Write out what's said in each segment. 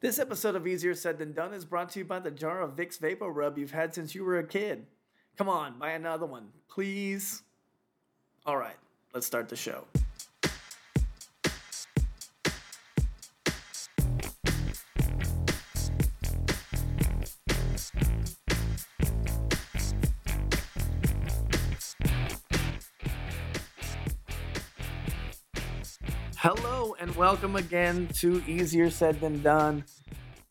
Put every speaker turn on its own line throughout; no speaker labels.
This episode of Easier Said Than Done is brought to you by the jar of Vicks Vapor Rub you've had since you were a kid. Come on, buy another one, please. All right, let's start the show. Hello and welcome again to Easier Said Than Done.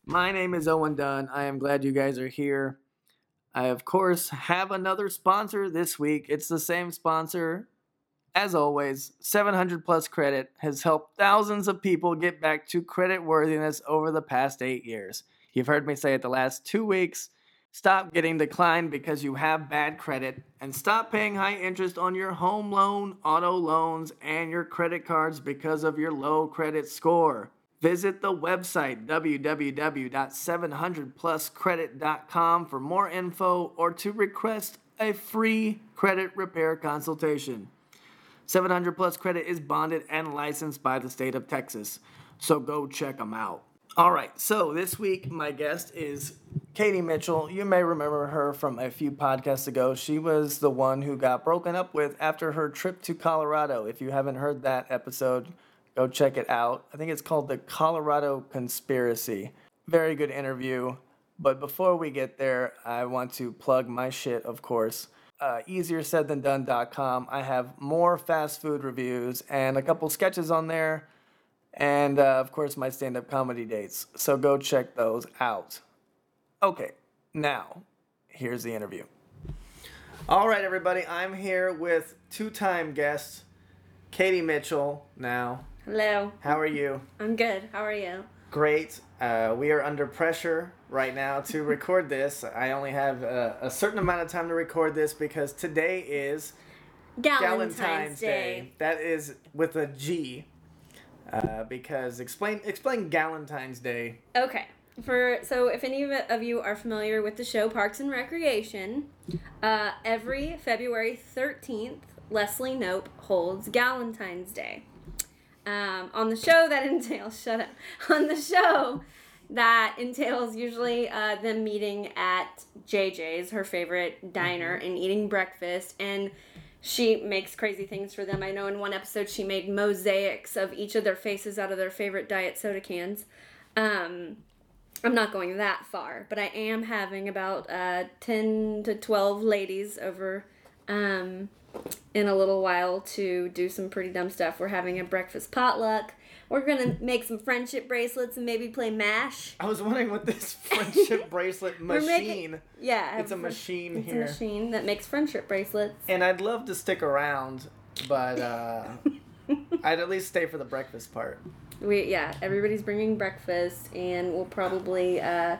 My name is Owen Dunn. I am glad you guys are here. I, of course, have another sponsor this week. It's the same sponsor. As always, 700 plus credit has helped thousands of people get back to credit worthiness over the past eight years. You've heard me say it the last two weeks. Stop getting declined because you have bad credit and stop paying high interest on your home loan, auto loans, and your credit cards because of your low credit score. Visit the website www.700pluscredit.com for more info or to request a free credit repair consultation. 700 Plus Credit is bonded and licensed by the state of Texas. So go check them out. All right. So this week, my guest is Katie Mitchell. You may remember her from a few podcasts ago. She was the one who got broken up with after her trip to Colorado. If you haven't heard that episode, go check it out. I think it's called The Colorado Conspiracy. Very good interview. But before we get there, I want to plug my shit, of course. Uh, easiersaidthandone.com. I have more fast food reviews and a couple sketches on there, and uh, of course, my stand up comedy dates. So go check those out. Okay, now here's the interview. All right, everybody, I'm here with two time guest Katie Mitchell now.
Hello.
How are you?
I'm good. How are you?
great. Uh, we are under pressure right now to record this. I only have uh, a, a certain amount of time to record this because today is
Galentine's,
Galentine's Day.
Day.
That is with a G. Uh, because explain explain Galentine's Day.
Okay. For so if any of- of you are familiar with the show Parks and Recreation, uh, every February 13th, Leslie Nope holds Galentine's Day. Um, on the show that entails shut up. On the show that entails usually uh, them meeting at JJ's, her favorite diner, and eating breakfast and she makes crazy things for them. I know in one episode she made mosaics of each of their faces out of their favorite diet soda cans. Um, I'm not going that far, but I am having about uh, 10 to 12 ladies over um, in a little while to do some pretty dumb stuff. We're having a breakfast potluck. We're going to make some friendship bracelets and maybe play MASH.
I was wondering what this friendship bracelet machine.
making- Yeah.
it's a machine
It's a
here.
machine that makes friendship bracelets.
And I'd love to stick around, but uh, I'd at least stay for the breakfast part.
We yeah, everybody's bringing breakfast, and we'll probably uh,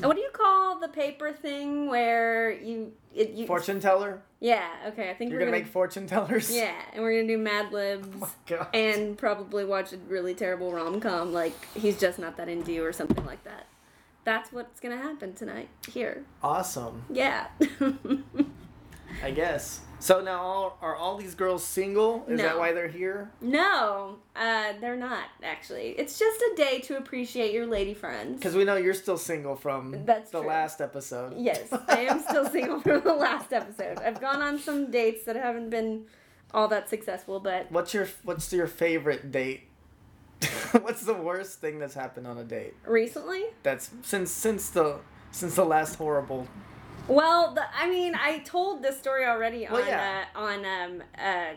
what do you call the paper thing where you it you
Fortune teller?
yeah okay I think
You're
we're
gonna, make fortune tellers?
yeah, and we're gonna do Mad Libs.
God.
and probably watch a really terrible rom com like he's just not that into you or something like that. That's what's gonna happen tonight here.
Awesome.
Yeah.
I guess. So now, all, are all these girls single? Is that
No.
why they're here?
no, uh, they're not actually. It's just a day to appreciate your lady friends.
Because we know you're still single from
That's
the
true.
last episode.
Yes, I am still single from the last episode. I've gone on some dates that haven't been all that successful, but
What's your What's your favorite date? what's the worst thing that's happened on a date?
recently,
That's since since the since the last horrible.
well, the, I mean, I told this story already on
Well, yeah.
uh, on um, uh, uh,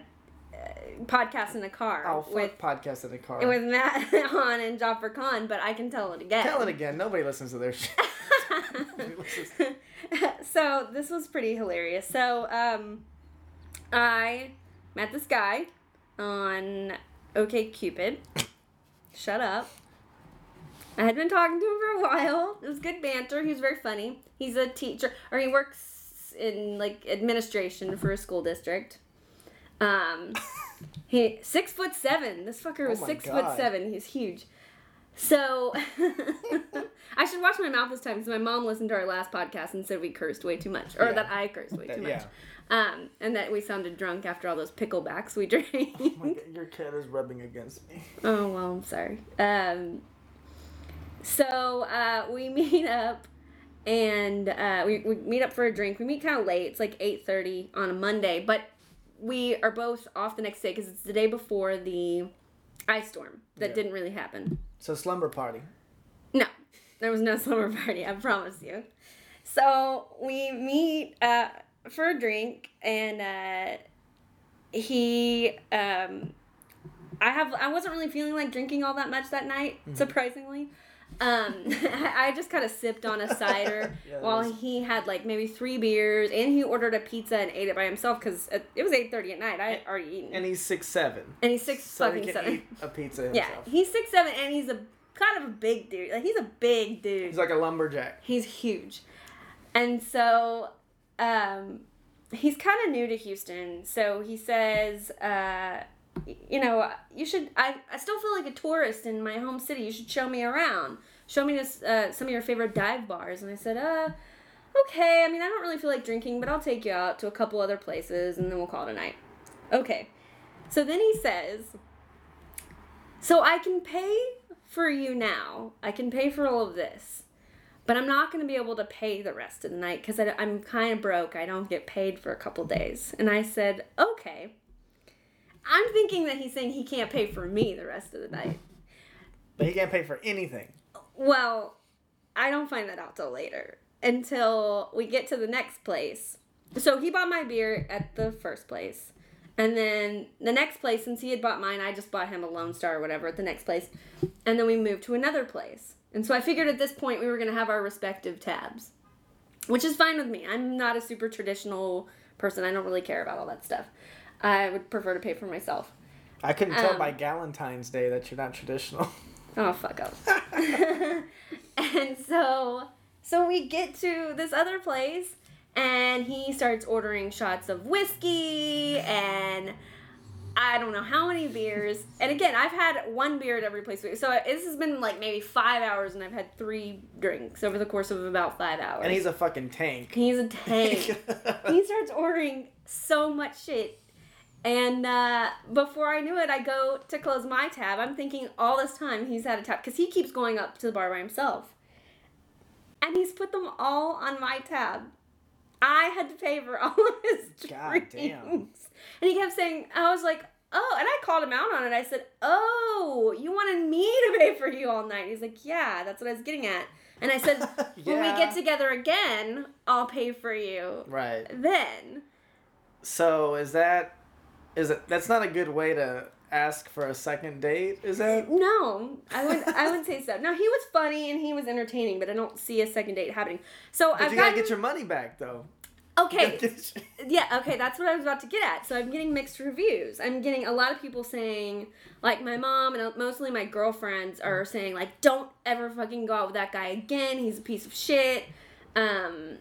podcast in the car
Oh fuck!
with
podcast in the car.
with Matt on and Jaffer Khan, but I can tell it again.
Tell it again. Nobody listens to their shit.
so this was pretty hilarious. So um, I met this guy on OK Cupid. Shut up. I had been talking to him for a while. It was good banter. He was very funny. He's a teacher, or he works in like administration for a school district. Um, he six foot seven. This fucker was
Oh my
six
God.
foot seven. He's huge. So I should watch my mouth this time because my mom listened to our last podcast and said we cursed way too much, or
Yeah.
that I cursed way too much,
yeah.
um, and that we sounded drunk after all those picklebacks we drank.
Oh my God, your cat is rubbing against me.
Oh well, I'm sorry. Um, So uh, we meet up and uh, we, we meet up for a drink. We meet kind of late. It's like 8.30 on a Monday. But we are both off the next day because it's the day before the ice storm that
Yeah.
didn't really happen.
So slumber party.
No, there was no slumber party, I promise you. So we meet uh, for a drink, and uh, he, um, I have, I wasn't really feeling like drinking all that much that night,
Mm-hmm.
surprisingly. Um, I just kind of sipped on a cider
Yeah,
while
that's-
he had like maybe three beers, and he ordered a pizza and ate it by himself because it was eight thirty at night. I had already eaten,
And he's six seven.
and he's six
So he
fucking
can
seven.
eat a pizza
Yeah,
himself.
he's six seven, and he's a kind of a big dude. Like he's a big dude.
He's like a lumberjack.
He's huge. And so um, he's kind of new to Houston. So he says, uh, y- you know, you should, I, I still feel like a tourist in my home city. You should show me around. Show me this, uh, some of your favorite dive bars. And I said, uh, okay. I mean, I don't really feel like drinking, but I'll take you out to a couple other places and then we'll call it a night. Okay. So then he says, so I can pay for you now. I can pay for all of this but I'm not going to be able to pay the rest of the night because I'm kind of broke. I don't get paid for a couple days. And I said, okay. I'm thinking that he's saying he can't pay for me the rest of the night.
But he can't pay for anything.
Well, I don't find that out till later until we get to the next place. So he bought my beer at the first place. And then the next place, since he had bought mine, I just bought him a Lone Star or whatever at the next place. And then we moved to another place. And so I figured at this point we were going to have our respective tabs, which is fine with me. I'm not a super traditional person. I don't really care about all that stuff. I would prefer to pay for myself.
I couldn't tell
Um.
by Galentine's Day that you're not traditional.
Oh fuck up. and so so we get to this other place and he starts ordering shots of whiskey and I don't know how many beers. And again, I've had one beer at every place. we- So this has been like maybe 5 hours and I've had 3 drinks over the course of about 5 hours.
and he's a fucking tank.
He's a tank he starts ordering so much shit. And uh, before I knew it, I go to close my tab. I'm thinking all this time he's had a tab because he keeps going up to the bar by himself. And he's put them all on my tab. I had to pay for all of his
God
drinks.
damn.
And he kept saying, I was like, oh, and I called him out on it. I said, oh, you wanted me to pay for you all night. He's like, yeah, that's what I was getting at. And I said, when we
Yeah.
get together again, I'll pay for you
right.
then.
So is that is it that's not a good way to ask for a second date, is that?
No, I would I would say so. Now he was funny and he was entertaining, but I don't see a second date happening. So
But
I've
you
got
gotta get your money back though.
okay. yeah, okay, that's what I was about to get at. So I'm getting mixed reviews. I'm getting a lot of people saying, like my mom and mostly my girlfriends are
Mm.
saying, like, don't ever fucking go out with that guy again. He's a piece of shit. Um,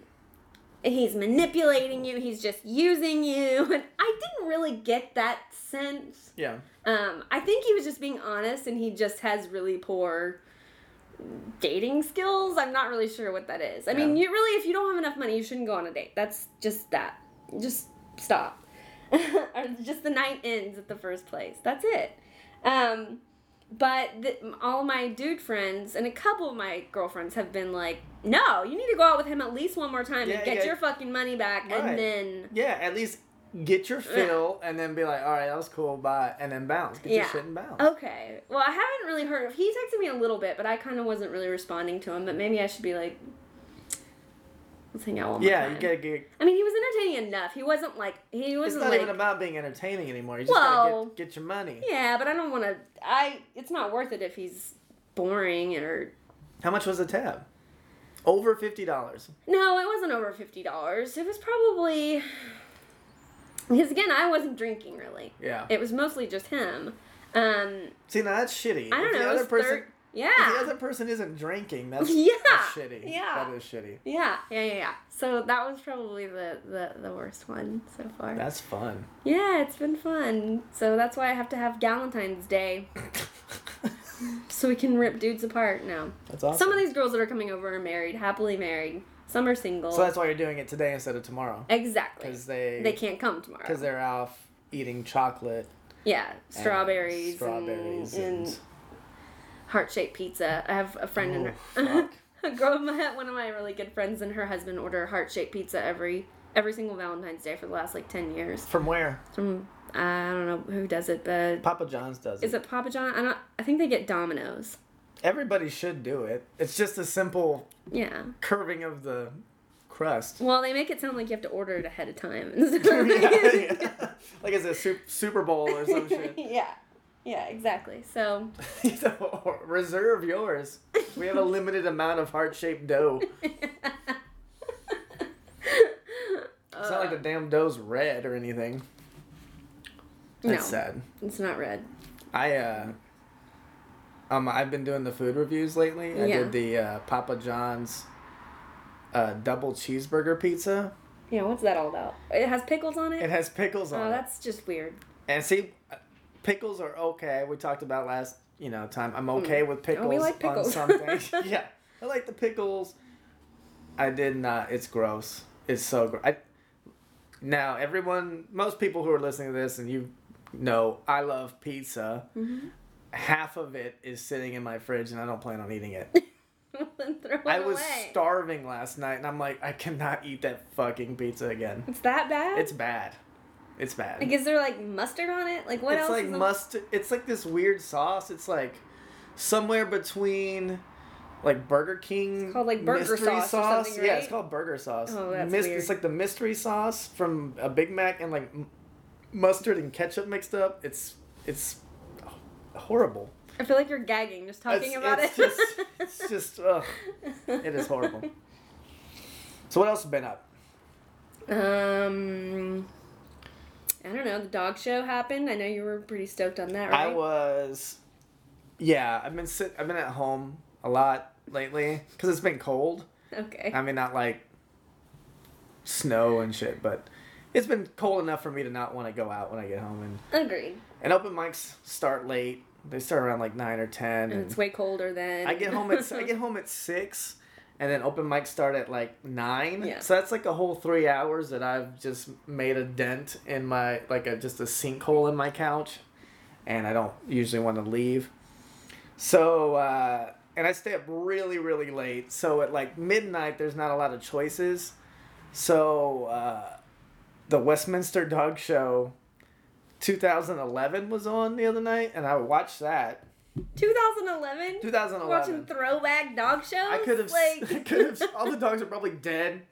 he's manipulating you. He's just using you. And I didn't really get that sense.
yeah.
Um, I think he was just being honest, and he just has really poor dating skills. I'm not really sure what that is. I mean,
Yeah.
you really, if you don't have enough money, you shouldn't go on a date. That's just that. Just stop. or just the night ends at the first place. That's it. Um, but the, all my dude friends and a couple of my girlfriends have been like, "No, you need to go out with him at least one more time
Yeah,
and get
yeah.
your fucking money back,
Right.
and then."
Yeah, at least get your fill and then be like, all right, that was cool, bye, and then bounce. Get your
Yeah. Oh,
shit and bounce.
Okay. Well, I haven't really heard of. He texted me a little bit, but I kind of wasn't really responding to him. But maybe I should be like, let's hang out one more
Yeah,
time.
you gotta get.
I mean, he was entertaining enough. He wasn't like he
It's
wasn't
not
like.
even about being entertaining anymore. You just
Well-
gotta get, get your money.
yeah, but I don't want to. I. It's not worth it if he's boring or.
How much was the tab? Over fifty dollars.
No, it wasn't over fifty dollars. It was probably. Because again, I wasn't drinking really.
Yeah.
It was mostly just him. Um,
See, now that's shitty.
I don't
If
know.
The
it
other
was
person,
thir- yeah.
if the other person isn't drinking. That's,
Yeah,
that's shitty.
yeah.
That is shitty.
Yeah, yeah, yeah, yeah. So that was probably the, the, the worst one so far.
That's fun.
yeah, it's been fun. So that's why I have to have Galentine's Day so we can rip dudes apart now.
that's awesome.
Some of these girls that are coming over are married, happily married. Some are single.
so that's why you're doing it today instead of tomorrow.
exactly.
Because they
They can't come tomorrow.
because they're off eating chocolate,
yeah,
and
strawberries. and-
strawberries, and,
and heart shaped pizza. I have a friend in
Oh,
her.
fuck.
a girl, my, one of my really good friends and her husband order heart shaped pizza every every single Valentine's Day for the last like ten years.
From where?
From I don't know who does it, but
Papa John's does
is
it.
it Papa John? I don't. I think they get Domino's.
Everybody should do it. It's just a simple
Yeah.
curving of the crust.
Well, they make it sound like you have to order it ahead of time. yeah,
Yeah, yeah. Like it's a su- Super Bowl or some shit.
yeah. Yeah. Exactly. So.
So, Reserve yours. We have a limited amount of heart shaped dough. It's not like the
Uh,
damn dough's red or anything. That's
no,
sad.
it's not red.
I uh um I've been doing the food reviews lately. I
Yeah.
did the uh, Papa John's uh, double cheeseburger pizza.
Yeah, what's that all about? It has pickles on it.
It has pickles on
oh,
it.
that's just weird.
And see, pickles are okay. We talked about last, you know, time. I'm okay with pickles,
Oh, we like pickles.
on something. yeah, I like the pickles. I did not. It's gross. It's so gross. Now everyone, most people who are listening to this, and you know, I love pizza.
Mm-hmm.
Half of it is sitting in my fridge, and I don't plan on eating it.
Then Throw it
I was
away.
starving last night, and I'm like, I cannot eat that fucking pizza again.
it's that bad.
It's bad. It's bad
like, is there like mustard on it? Like, what
it's
else?
like
is on-
mustard. It's like this weird sauce. It's like somewhere between like Burger King.
called, like, burger
mystery
sauce or something,
Yeah, it's
right?
called burger sauce.
Oh, that's
Mis-
weird.
It's like the mystery sauce from a Big Mac and like m- mustard and ketchup mixed up. It's it's horrible.
I feel like you're gagging just talking
it's,
about
it's
it.
just it's just ugh, it is horrible. So what else has been up?
Um, I don't know. The dog show happened. I know you were pretty stoked on that, right?
I was, yeah. I've been sit. I've been at home a lot lately because it's been cold.
Okay.
I mean, not like snow and shit, but it's been cold enough for me to not want to go out when I get home. And,
Agreed.
and open mics start late. They start around like nine or ten.
And
And
it's way colder than
Mm. I get home at I get home at six, and then open mics start at like nine.
Yeah.
So that's like a whole three hours that I've just made a dent in my like a just a sinkhole in my couch, and I don't usually want to leave. So uh, and I stay up really really late. So at like midnight, there's not a lot of choices. So uh, the Westminster Dog Show. 2011 was on the other night, and I watched that.
2011.
2011.
Watching throwback dog shows.
I could have.
like.
I could have. All the dogs are probably dead.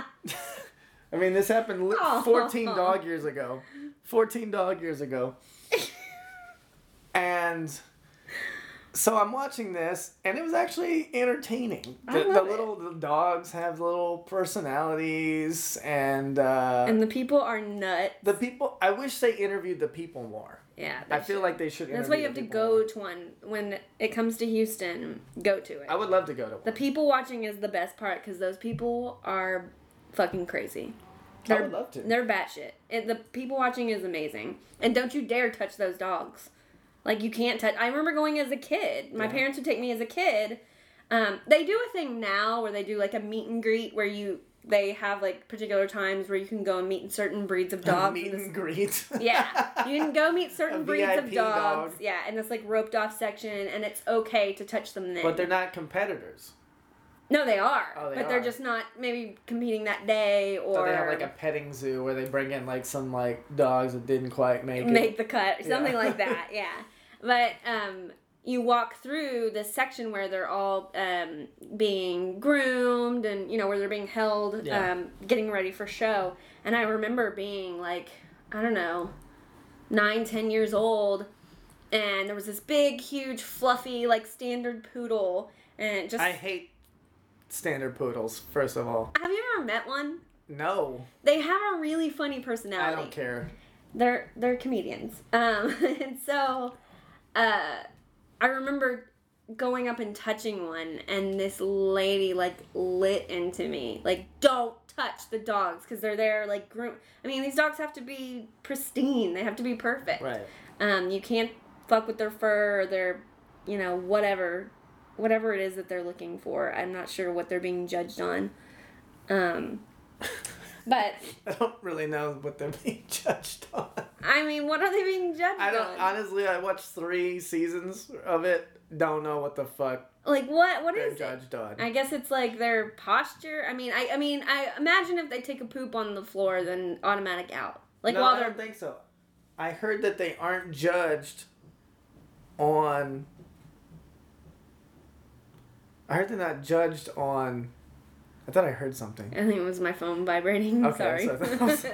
I mean, this happened li-
Aw.
14 dog years ago. 14 dog years ago. and so I'm watching this, and it was actually entertaining.
I
The, the
love it.
little the dogs have little personalities, and, uh,
and the people are nut.
the people. I wish they interviewed the people more.
Yeah.
I
they
feel
should.
like they should.
That's why
interview
you have
the
to
people
go
more.
to one when it comes to Houston. Go to it.
I would love to go to one.
the people watching is the best part because those people are fucking crazy.
I
They're,
would love to.
They're batshit. And the people watching is amazing. And don't you dare touch those dogs. Like you can't touch. I remember going as a kid. My
Yeah.
parents would take me as a kid. Um, they do a thing now where they do like a meet and greet where you they have like particular times where you can go and meet certain breeds of dogs.
meet
in this-
and greet.
yeah, you can go meet certain
A
breeds of
VIP
dogs.
dog.
Yeah, in this like roped off section, and it's okay to touch them then.
But they're not competitors.
No, they are.
Oh, they
but they're
are.
just not maybe competing that day or
So they have like a petting zoo where they bring in like some like dogs that didn't quite make,
make
it.
the cut or something
Yeah.
like that. Yeah. But um, you walk through this section where they're all um, being groomed and you know where they're being held,
Yeah.
um, getting ready for show. And I remember being like, I don't know, nine, ten years old, and there was this big, huge, fluffy, like standard poodle, and it just
I hate standard poodles. First of all,
have you ever met one?
no,
They have a really funny
I
personality.
don't care.
they're they're comedians um and so uh i remember going up and touching one and this lady like lit into me like don't touch the dogs because they're there like groom i mean these dogs have to be pristine they have to be perfect
Right.
um you can't fuck with their fur or their you know whatever whatever it is that they're looking for i'm not sure what they're being judged on um but
I don't really know what they're being judged on.
i mean what are they being judged
I don't
on
honestly. I watched three seasons of it don't know what the fuck
Like what? What
their
is
judge
it?
done.
I guess it's like their posture. I mean, I I mean, I imagine if they take a poop on the floor, then automatic out. Like
no,
while
I
they're
don't think so. I heard that they aren't judged on. I heard they're not judged on. I thought I heard something.
I think it was my phone vibrating.
Okay,
Sorry.
so that was-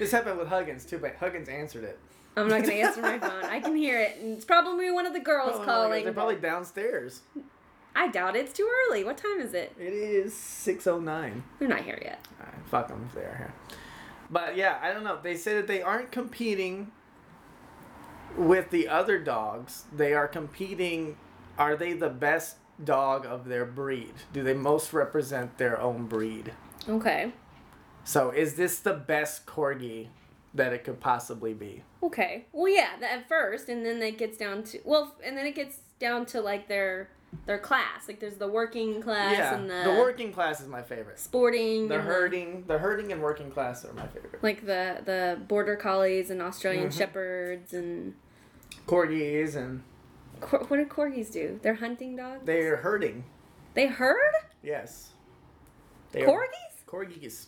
This happened with Huggins too, but Huggins answered it.
I'm not gonna answer my phone. I can hear it, and it's probably one of the girls
Oh my God,
calling.
They're probably downstairs.
I doubt it's too early. What time is it?
It is six oh nine.
They're not here yet.
Fuck them if they are here. But yeah, I don't know. They say that they aren't competing with the other dogs. They are competing. Are they the best dog of their breed? Do they most represent their own breed?
Okay.
So is this the best corgi that it could possibly be?
Okay. Well, yeah, th- at first, and then it gets down to well, f- and then it gets down to like their their class. Like there's the working class
yeah,
and uh, Mm-hmm. the,
the working class is my favorite.
sporting.
The
and
herding, the herding and working class are my favorite.
Like the the border collies and Australian
Mm-hmm.
shepherds and
Corgis and
cor- what do corgis do? They're hunting dogs.
they are herding.
They herd
Yes. They are-
corgis.
corgis.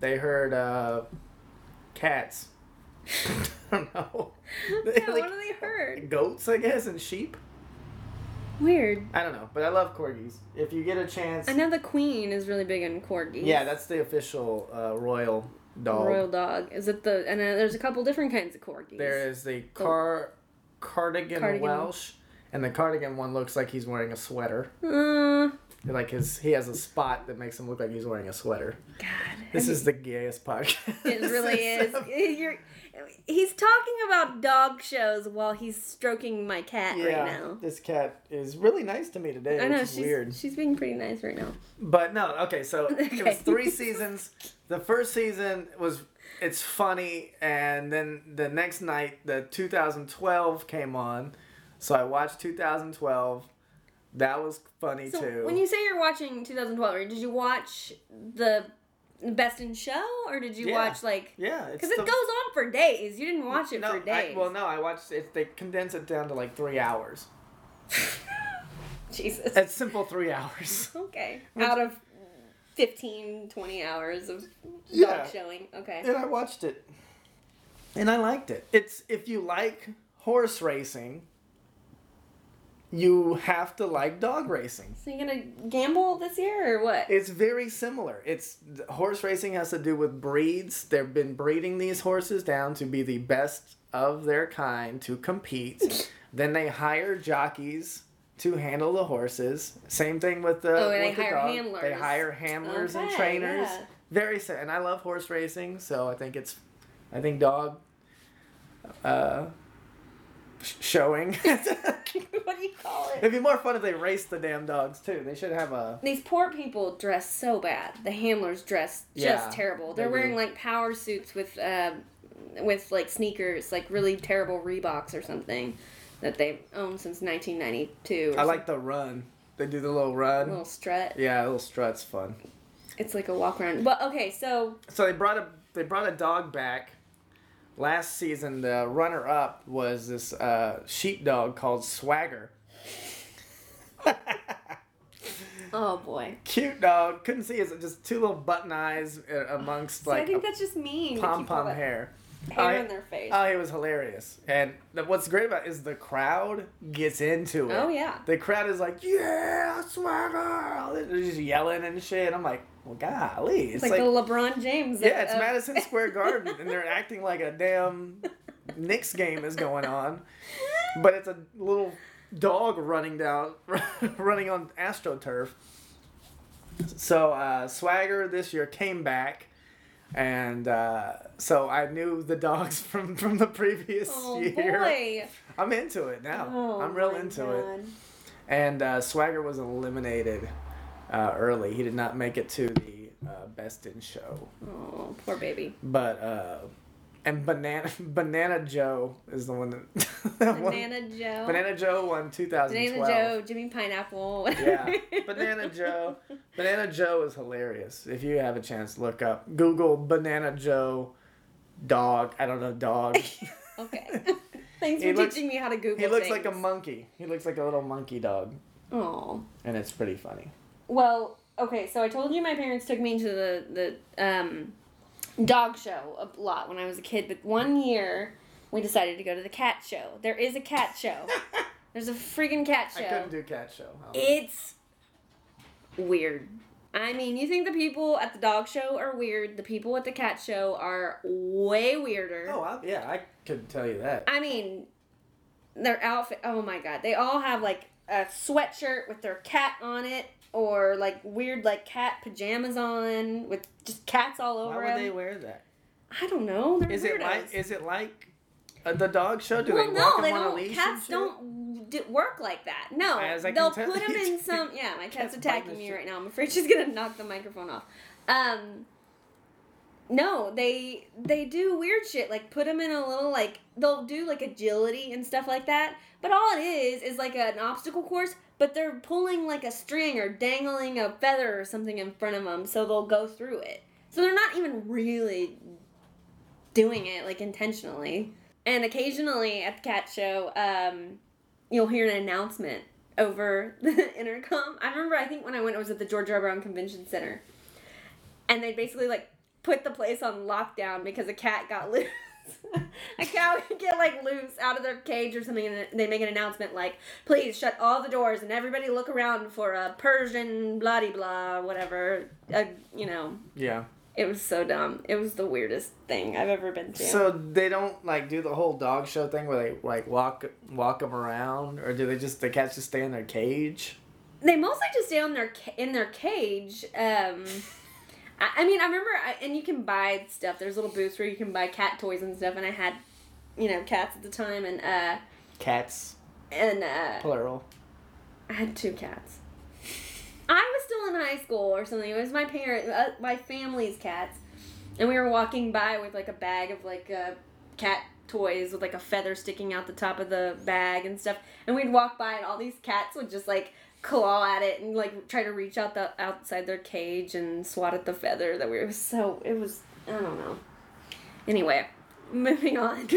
They heard uh, cats. I don't know.
Yeah, what do they herd?
Goats, I guess, and sheep.
Weird.
I don't know, but I love corgis. If you get a chance,
I know the queen is really big in corgis.
yeah, that's the official uh, royal dog.
royal dog. Is it the and uh, there's a couple different kinds of corgis.
There is the car cardigan,
Cardigan.
Welsh, and the cardigan one looks like he's wearing a sweater.
Uh,
Like his, he has a spot that makes him look like he's wearing a sweater.
God.
This is the gayest podcast.
It really is. You're, he's talking about dog shows while he's stroking my cat
Yeah,
right now.
this cat is really nice to me today,
I know
which is
she's
weird.
she's being pretty nice right now.
But no, okay, so it
Okay.
was three seasons. The first season was it's funny, and then the next night the 2012 came on, so I watched 2012. That was funny
So
too.
when you say you're watching 2012, or did you watch the Best in Show, or did you
Yeah.
watch like?
yeah, it's
Because it
the-
goes on for days. You didn't watch it
no,
for
I,
days.
well, no, I watched it. They condensed it down to like three hours.
Jesus.
It's simple three hours.
Okay. Out of 15, 20 hours of dog
Yeah.
showing. Okay.
and I watched it, and I liked it. It's if you like horse racing, you have to like dog racing.
So you gonna gamble this year or what?
It's very similar. It's th- horse racing has to do with breeds. They've been breeding these horses down to be the best of their kind to compete. then they hire jockeys to handle the horses. Same thing with the
Oh, and they
with the
hire
dog.
handlers.
They hire handlers and
Okay,
trainers.
yeah.
Very sim- and I love horse racing, so I think it's I think dog uh sh- showing. It'd
what do you call it?
be more fun if they raced the damn dogs too. They should have a
These poor people dress so bad. The handlers dress just
Yeah,
terrible. They're
they
wearing
do.
like power suits with uh, with like sneakers, like really terrible Reeboks or something that they've owned since 1992. or
I like the run. They do the little run.
some little strut.
Yeah, a little strut's fun.
It's like a walk around. Well, okay, so
So they brought a they brought a dog back. Last season, the runner up was this uh, sheepdog called Swagger.
oh boy.
Cute dog. Couldn't see his just two little button eyes uh, amongst
So I
like
think that's just mean. to keep all
pom pom
that
hair.
hair
I-
in their face.
Oh, it was hilarious. And the, what's great about it is the crowd gets into it.
Oh, yeah.
The crowd is like, yeah, Swagger. They're just yelling and shit. I'm like, well, golly. It's
it's like, the LeBron James.
Yeah, it's
of-
Madison Square Garden, and they're acting like a damn Knicks game is going on, but it's a little dog running down, running on astroturf. So uh, Swagger this year came back, and uh, so I knew the dogs from from the previous
Oh
year.
boy!
I'm into it now.
Oh,
I'm real
my
into it.
God.
And uh, Swagger was eliminated uh, early. He did not make it to the uh, Best in Show.
Oh, poor baby.
But uh and banana banana Joe is the one that that won-
Banana Joe.
Banana Joe won 2012.
Banana Joe, Jimmy Pineapple. whatever.
Yeah, Banana Joe. Banana Joe is hilarious. If you have a chance, look up Google Banana Joe dog. I don't know dog.
okay. Thanks
He
for
looks-
teaching me how to Google.
He looks like a
things.
monkey. He looks like a little monkey dog,
Aw.
and it's pretty funny.
Well, okay, so I told you my parents took me to the the um, dog show a lot when I was a kid, but one year we decided to go to the cat show. There is a cat show. There's a freaking cat
I couldn't
show.
do cat show.
It's weird. I mean, you think the people at the dog show are weird. The people at the cat show are way weirder.
Oh, I, yeah, I could tell you that.
I mean, their outfit. Oh my god, they all have like a sweatshirt with their cat on it, or like weird like cat pajamas on with just cats all
Why
over
would they
them.
wear that?
I don't know. They're
Is
weirdos.
it like is it like uh, the dog show? Do
well,
they walk
no, they
them on a
don't.
leash?
Cats
and shit?
don't d- work like that. No,
As I
they'll
can tell
put them
you
in
do.
some. Um, Yeah, my
Cats
cat's
bite
attacking
this
me
shit.
right now. I'm afraid she's gonna knock the microphone off. Um, no, they they do weird shit like put them in a little like they'll do like agility and stuff like that. But all it is is like an obstacle course. But they're pulling like a string or dangling a feather or something in front of them, so they'll go through it. So they're not even really doing it like intentionally. And occasionally at the cat show, um, you'll hear an announcement over the intercom. I remember I think when I went, it was at the George R. Brown Convention Center, and they basically like put the place on lockdown because a cat got loose. a cat would get like loose out of their cage or something, and they make an announcement like, "Please shut all the doors and everybody look around for a Persian blah de blah whatever." Uh, you know,
Yeah.
it was so dumb. It was the weirdest thing I've ever been to.
So they don't like do the whole dog show thing where they like walk walk them around, or do they just the cats just stay in their cage?
they mostly just stay on their ca- in their cage. Um, I, I mean, I remember, I, and you can buy stuff. There's little booths where you can buy cat toys and stuff. And I had, you know, cats at the time, and uh,
Cats
and uh,
plural.
I had two cats. I was still in high school or something. It was my parent, uh, my family's cats, and we were walking by with like a bag of like uh, cat toys with like a feather sticking out the top of the bag and stuff. And we'd walk by, and all these cats would just like claw at it and like try to reach out the outside their cage and swat at the feather that we were so it was I don't know. Anyway, moving on,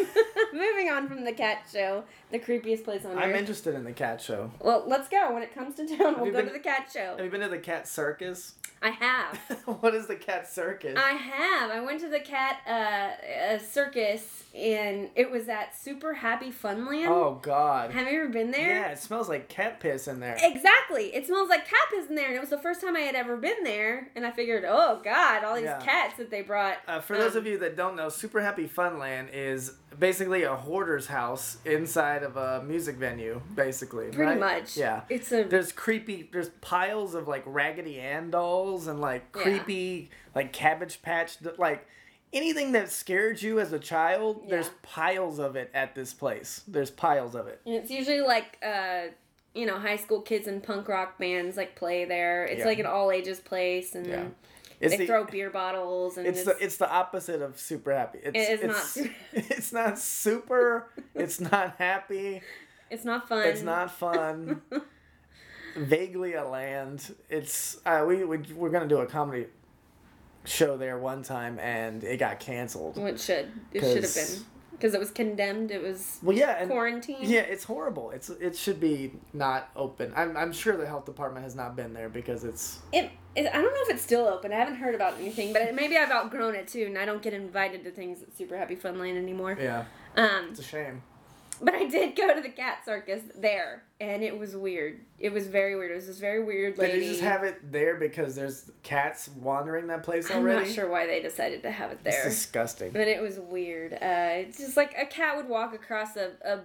moving on from the cat show, the creepiest place on
I'm
earth.
interested in the cat show.
Well, let's go. When it comes to town, we'll
you
go
been-
to the cat show.
Have you been to the cat circus?
I have.
what is the cat circus?
I have. I went to the cat uh, uh, circus, and it was at Super Happy Funland.
oh God.
Have you ever been there?
Yeah, it smells like cat piss in there.
Exactly. It smells like cat piss in there, and it was the first time I had ever been there. And I figured, oh God, all these
Yeah.
cats that they brought.
Uh, for those
Um,
of you that don't know, Super Happy Funland is basically a hoarder's house inside of a music venue, basically.
pretty
right?
much.
Yeah.
It's a
There's creepy. There's piles of like Raggedy Ann dolls and like
Yeah.
creepy like Cabbage Patch like anything that scared you as a child. There's
Yeah.
piles of it at this place. There's piles of it.
And it's usually like, uh, you know, high school kids and punk rock bands like play there. It's
Yeah.
like an all ages place, and
Yeah. It's
Mm-hmm. they
the,
throw beer bottles and
It's
just-
the it's the opposite of super happy. It's,
It is not
it's,
super-
It's not super. it's not happy.
It's not fun.
It's not fun. Vaguely a land. It's uh, we, we we're gonna do a comedy show there one time and it got canceled.
Well, it should. It
'Cause-
should have been because it was condemned. It was
Well, yeah, and
quarantine.
yeah, it's horrible. It's it should be not open. I'm I'm sure the health department has not been there because it's
It, it. I don't know if it's still open. I haven't heard about anything, but it, maybe I've outgrown it too, and I don't get invited to things at Super Happy Funland anymore.
yeah,
Um,
it's a shame.
but I did go to the cat circus there, and it was weird. It was very weird. It was this very weird
Did
lady.
they just have it there because there's cats wandering that place
I'm
already?
not sure why they decided to have it
It's
there.
disgusting.
But it was weird. Uh, it's just like a cat would walk across a, a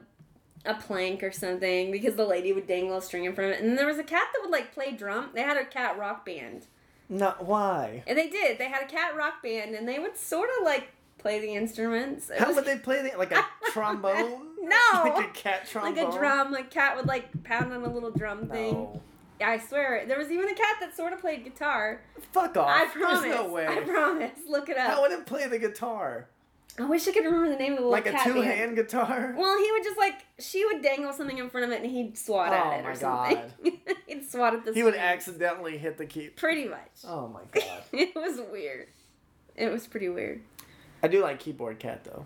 a plank or something because the lady would dangle a string in front of it. And there was a cat that would like play drum. They had a cat rock band.
Not why.
And they did. They had a cat rock band and they would sort of like play the instruments. It
How
was
would they play that? Like a trombone?
No.
like a cat trombone.
like a drum. Like cat would like pound on a little drum thing.
No.
I swear. There was even a cat that sort of played guitar.
Fuck off.
I promise.
Oh, There's no way.
I promise. Look it
How
up.
would it play the guitar?
I wish I could remember the name of the little
Like a
cat
two
band.
hand guitar?
Well, he would just like she would dangle something in front of it, and he'd swat
Oh
at it
my
or something. he'd swat at the.
He would
string.
accidentally hit the key.
Pretty much.
Oh my god.
it was weird. It was pretty weird.
I do like keyboard cat though.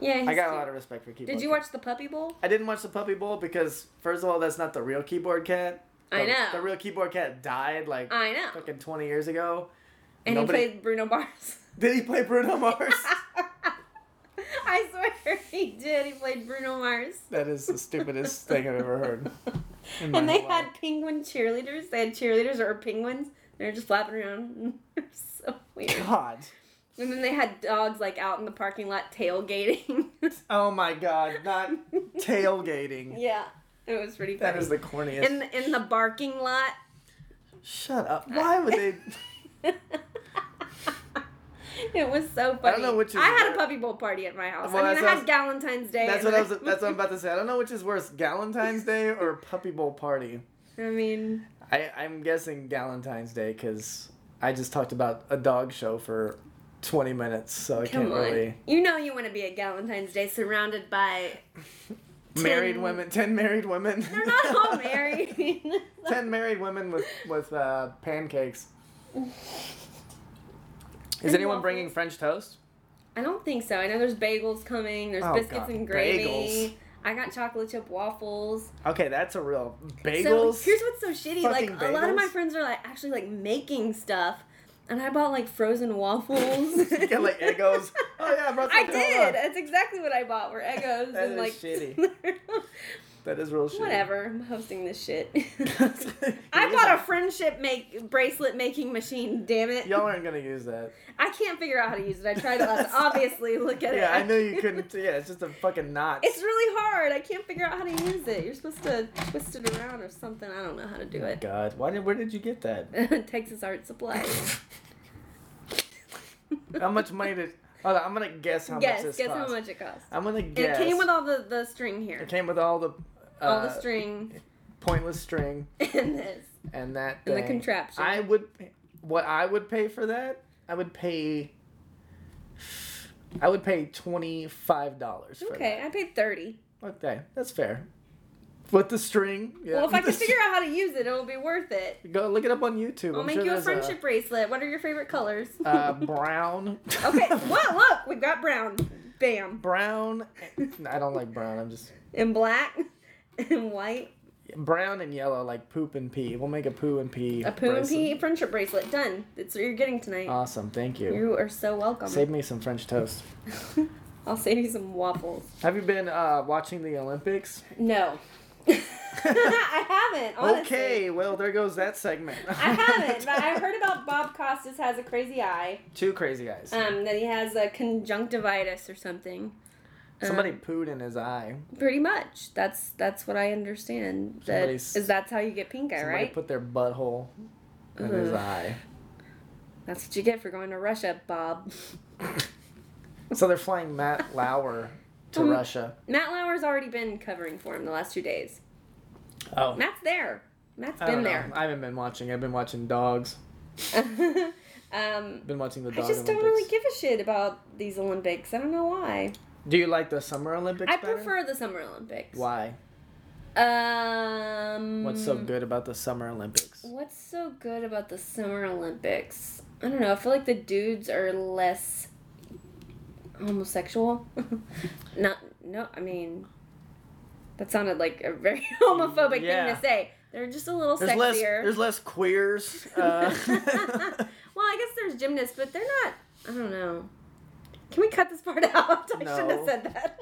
Yeah, he's
I got a
cute.
lot of respect for keyboard.
Did you
Cat.
watch the Puppy Bowl?
I didn't watch the Puppy Bowl because first of all, that's not the real keyboard cat.
I
The-
know. Uh.
The real keyboard cat died like
I know.
fucking twenty years ago.
and
nobody-
he played Bruno Mars.
Did he play Bruno Mars?
I swear he did. He played Bruno Mars.
that is the stupidest thing I've ever heard. in my
And they
whole
had
life.
penguin cheerleaders. They had cheerleaders that were penguins. They're just flapping around. They're so weird.
God.
And then they had dogs like out in the parking lot tailgating.
Oh my God! Not tailgating.
yeah, it was pretty funny.
That is the corniest.
in in the barking lot.
Shut up. Why would they?
it was so funny.
know which is
I had
worse.
a puppy bowl party at my house.
Well,
I
that's
mean,
what I
I had Galentine's Day.
That's what
and
I
I
was. That's what I'm about to say. I don't know which is worse, Galentine's Day or Puppy Bowl Party.
I mean,
I, I'm guessing Galentine's Day because I just talked about a dog show for 20 minutes, so I
come
can't
on.
really.
You know you want to be at Galentine's Day surrounded by.
Married
Ten-
women, 10 married women.
They're not all married.
10 married women with, with uh, pancakes. Is anyone
waffles.
bringing French toast?
I don't think so. I know there's bagels coming. There's
Oh,
biscuits
God.
and gravy.
Bagels.
I got chocolate chip waffles.
Okay, that's a real. Bagels?
So here's what's so shitty. Like
Fucking
a lot of my
bagels?
friends are like actually like making stuff, and I bought like frozen waffles.
You get, like, Eggos. Oh, yeah, I brought
I
something over.
did. That's exactly what I bought. Were Eggos
That is
and like
shitty. that is real shit.
whatever. I'm hosting this shit. I
I
bought a friendship make bracelet making machine. Damn it!
Y'all aren't gonna use that.
I can't figure out how to use it. I tried it last. Obviously, look at it.
Yeah, I know you couldn't. Yeah, it's just a fucking knot.
It's really hard. I can't figure out how to use it. You're supposed to twist it around or something. I don't know how to do it.
Oh God, why did? Where did you get that?
Texas Art Supply.
How much money did? Hold on, I'm gonna guess how
guess,
much this
guess
cost.
how much it cost.
I'm gonna
And
guess.
It came with all the, the string here,
It came with all the. Uh,
all the string,
Pointless string
and this,
and that.
and the
thing.
contraption.
I would. pay- What I would pay for that? I would pay. I would pay twenty five dollars for
okay, I paid thirty.
that. Okay, that's fair. With the string. Yeah.
Well, if I can figure out how to use it, it'll be worth it.
Go look it up on YouTube.
I'll
I'm
make
sure
you a
there's
friendship bracelet. What are your favorite colors?
uh, brown.
okay. Well, look, we've got brown, bam,
brown. I don't like brown. I'm just
and black, and white.
brown and yellow, like poop and pee. We'll make a poo and pee.
A poo and
bracelet.
pea friendship bracelet. Done. That's what you're getting tonight.
Awesome. Thank you.
You are so welcome.
Save me some French toast.
I'll save you some waffles.
Have you been uh, watching the Olympics?
No. I haven't, honestly.
Okay, well there goes that segment.
I haven't, but I heard about Bob Costas has a crazy eye.
two crazy guys.
Um, that he has a conjunctivitis or something. Um,
Somebody pooed in his eye.
pretty much. That's that's what I understand. That
Somebody's-
is that's how you get pink eye,
Somebody
right?
put their butthole in his
Ugh.
eye.
That's what you get for going to Russia, Bob.
So they're flying Matt Lauer to
Um,
Russia.
Matt Lauer's already been covering for him the last two days.
Oh,
Matt's there. Matt's
I don't
been
know.
there.
I haven't been watching. I've been watching dogs.
um,
Been watching the
I
dog
just don't
Olympics.
really give a shit about these Olympics. I don't know why.
Do you like the Summer Olympics?
I
better?
prefer the Summer Olympics.
Why?
Um.
What's so good about the Summer Olympics?
What's so good about the Summer Olympics? I don't know. I feel like the dudes are less homosexual. Not. No. I mean, that sounded like a very homophobic thing
Yeah.
to say. They're just a little
There's
sexier.
less. There's less queers. Uh,
well, I guess there's gymnasts, but they're not. I don't know. Can we cut this part out? I shouldn't have
No.
said that.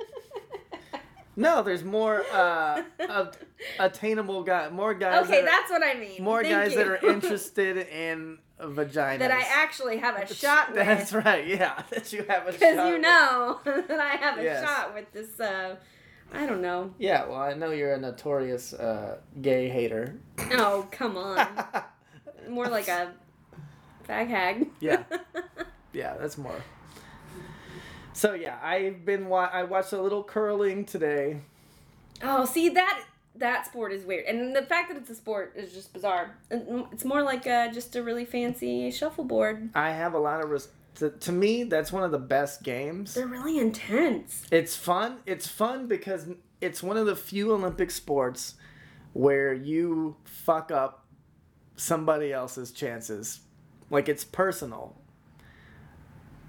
no, there's more uh, a- attainable guy. More guys. that
okay,
are,
that's what I mean.
more
Thank
guys that
you.
are interested in vaginas.
that I actually have a shot with.
That's right. Yeah, that you have a shot.
Because you
with.
know that I have a
Yes.
shot with this. Uh, I don't know.
Yeah. Well, I know you're a notorious uh, gay hater.
Oh, come on. More like a fag hag.
Yeah. yeah, that's more. So yeah, I've been wa- I watched a little curling today.
oh, see that that sport is weird, and the fact that it's a sport is just bizarre. And It's more like uh, just a really fancy shuffleboard.
I have a lot of res- to, to me that's one of the best games.
They're really intense.
It's fun. It's fun because it's one of the few Olympic sports where you fuck up somebody else's chances. Like it's personal.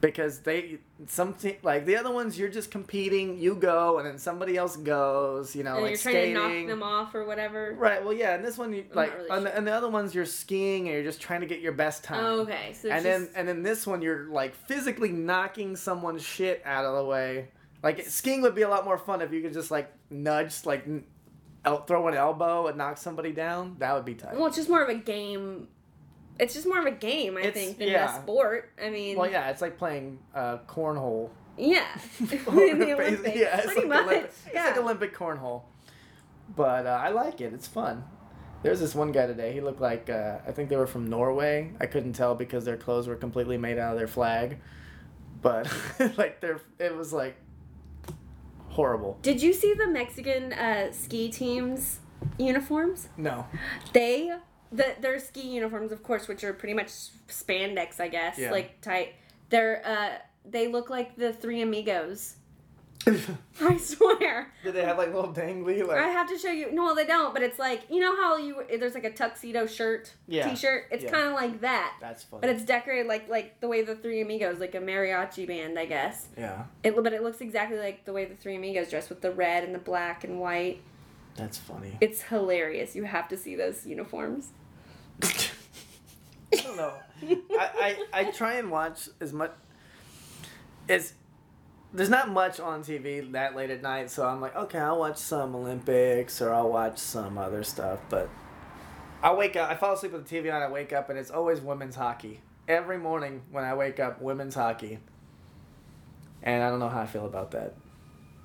because they some te- like the other ones you're just competing. You go and then somebody else goes. You know,
and
like
you're trying
skating.
to knock them off or whatever.
Right. Well, yeah. And this one, you,
not
like,
really
and,
sure.
the, and the other ones, you're skiing and you're just trying to get your best time.
Oh, okay. So
and
it's
then
just,
and then this one you're like physically knocking someone's shit out of the way. Like skiing would be a lot more fun if you could just like nudge, like n- el- throw an elbow and knock somebody down. That would be tight.
well, it's just more of a game. It's just more of a game, I
It's-
think, than
yeah.
a sport. I mean,
Well, yeah, it's like playing uh, cornhole.
yeah. in the
Basi-
Olympics,
yeah, it's
pretty
like
much.
Olympic,
yeah.
it's like Olympic cornhole. But uh, I like it. It's fun. There's this one guy today. He looked like uh, I think they were from Norway. I couldn't tell because their clothes were completely made out of their flag. But like their it was like horrible.
Did you see the Mexican uh, ski team's uniforms?
No.
They the their ski uniforms, of course, which are pretty much spandex, I guess,
Yeah.
like tight. They're uh, they look like the Three Amigos.
Did
I swear.
they have like little dangly like?
I have to show you. No, they don't. But it's like you know how you there's like a tuxedo shirt,
Yeah.
t-shirt. It's
Yeah.
kind of like that,
That's funny.
but it's decorated like like the way the Three Amigos, like a mariachi band, I guess.
yeah,
It but it looks exactly like the way the Three Amigos dress with the red and the black and white.
that's funny.
It's hilarious. You have to see those uniforms.
I don't know. I, I, I try and watch as much as there's not much on TV that late at night, so I'm like, okay, I'll watch some Olympics or I'll watch some other stuff, but I wake up I fall asleep with the TV on, I wake up and it's always women's hockey. Every morning when I wake up, women's hockey. And I don't know how I feel about that.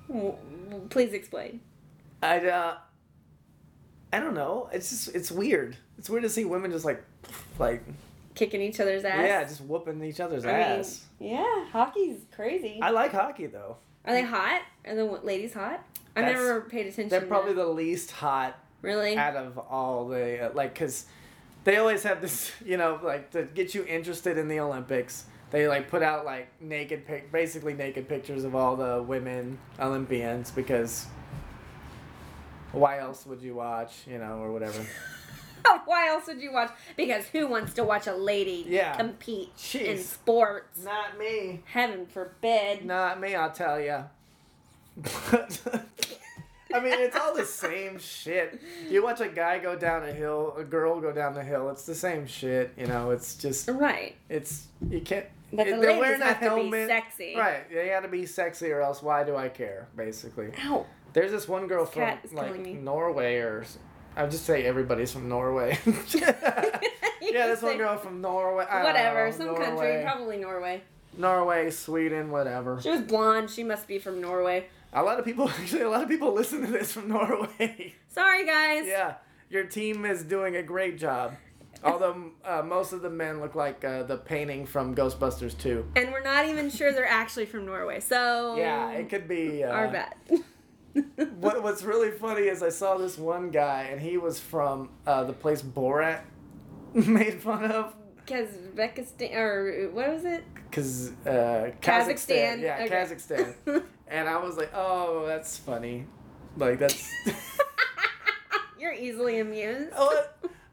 W- w- Please explain.
I uh, I don't know. It's just it's weird. It's weird to see women just like like
Kicking each other's ass.
yeah, just whooping each other's
I mean,
ass.
yeah, hockey's crazy.
I like hockey though.
Are they hot? Are the w- ladies hot? I
That's-
never paid attention.
They're probably
to,
the least hot
really.
out of all the uh, like cuz they always have this, you know, like to get you interested in the Olympics. They like put out like naked pic- basically naked pictures of all the women Olympians because why else would you watch, you know, or whatever.
Why else would you watch? Because who wants to watch a lady
Yeah.
compete in
Jeez.
sports?
Not me.
Heaven forbid.
Not me, I'll tell ya. But I mean, it's all the same shit. You watch a guy go down a hill, a girl go down the hill. It's the same shit. You know, it's just
Right.
it's you can't.
But the
they're
ladies
wearing a
have to be
helmet.
sexy.
Right, they gotta be sexy, or else why do I care? Basically,
Ow.
there's this one girl
This
from
cat is
like
killing me.
Norway, or s- I'll just say everybody's from Norway. yeah, this one girl from Norway. I don't
Whatever,
know,
some
Oh, Norway,
country, probably Norway.
Norway, Sweden, whatever.
She was blonde. She must be from Norway.
A lot of people actually a lot of people listen to this from Norway.
Sorry, guys.
yeah, your team is doing a great job. Although uh, most of the men look like uh, the painting from Ghostbusters 2.
And we're not even sure they're actually from Norway. So
Yeah, it could be. Uh,
our bet.
What, what's really funny is I saw this one guy, and he was from uh, the place Borat made fun of.
Kazakhstan or what was it?
Cause, uh, Kazakhstan.
Kazakhstan,
Yeah,
okay.
Kazakhstan. And I was like, oh, that's funny. Like, that's.
You're easily amused.
Oh,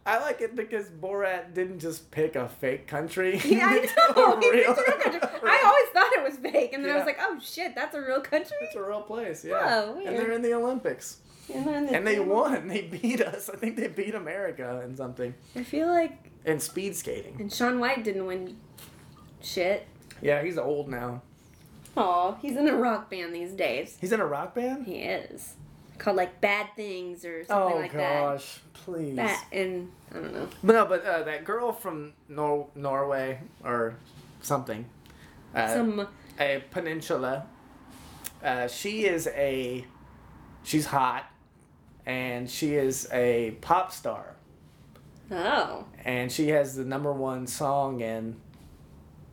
I like it because Borat didn't just pick a fake country.
Yeah, I
He picked a
know. He picked
real-
another country. I always thought it was fake, and then I was
Oh, Yeah.
like, "Oh shit, that's a real country."
It's a real place, yeah.
Oh,
and they're
weird.
in the Olympics.
And, then
And they won. They beat us. I think they beat America in something.
I feel like
In speed skating.
and Sean White didn't win shit.
Yeah, he's old now.
Oh, he's in a rock band these days.
He's in a rock band?
He is called like Bad Things or something
Oh
like
gosh, please.
that. That and I don't know.
But no, but uh, that girl from Nor- Norway or something. Uh,
Some
a peninsula. Uh, she is a, she's hot, and she is a pop star,
oh
and she has the number one song in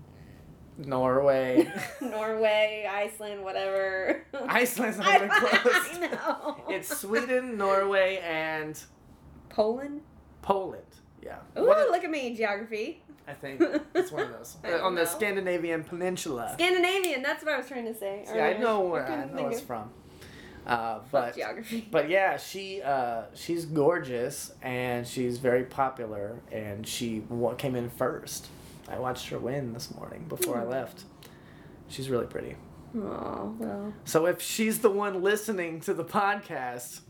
Norway,
Norway, Iceland, whatever.
Iceland's not even
I
close.
know.
It's Sweden, Norway, and
Poland.
Poland. Yeah,
Ooh,
One of-
look at me, geography.
I think it's one of those
I don't
on the
know.
Scandinavian peninsula.
Scandinavian. That's what I was trying to say.
Yeah, I know where I,
couldn't
know
think
it's
of-
from. Uh,
Fuck
but
geography.
But yeah, she uh, she's gorgeous and she's very
Hmm.
popular and she wa- came in first. I watched her win this morning before I left. She's really pretty.
Oh, well.
So if she's the one listening to the podcast,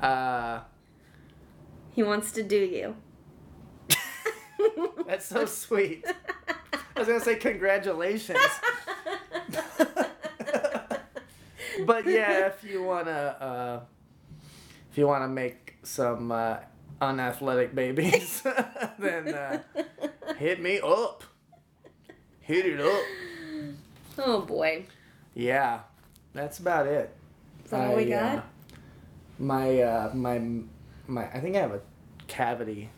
uh,
He wants to do you.
that's so sweet. I was gonna say congratulations, but yeah, if you wanna, uh, if you wanna make some uh, unathletic babies, then uh, hit me up. Hit it up.
oh boy.
Yeah, that's about it.
Is that all we
I, uh,
got?
my uh, my my. I think I have a cavity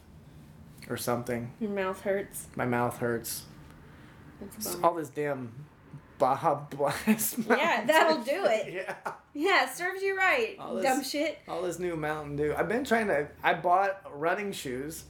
or something.
Your mouth hurts.
My mouth hurts.
That's a
It's
bummer.
all this damn Baja Blast.
Yeah, that'll do it.
yeah.
Yeah, serves you right.
All this-
Dumb shit.
All this new Mountain Dew. I've been trying to. I bought running shoes.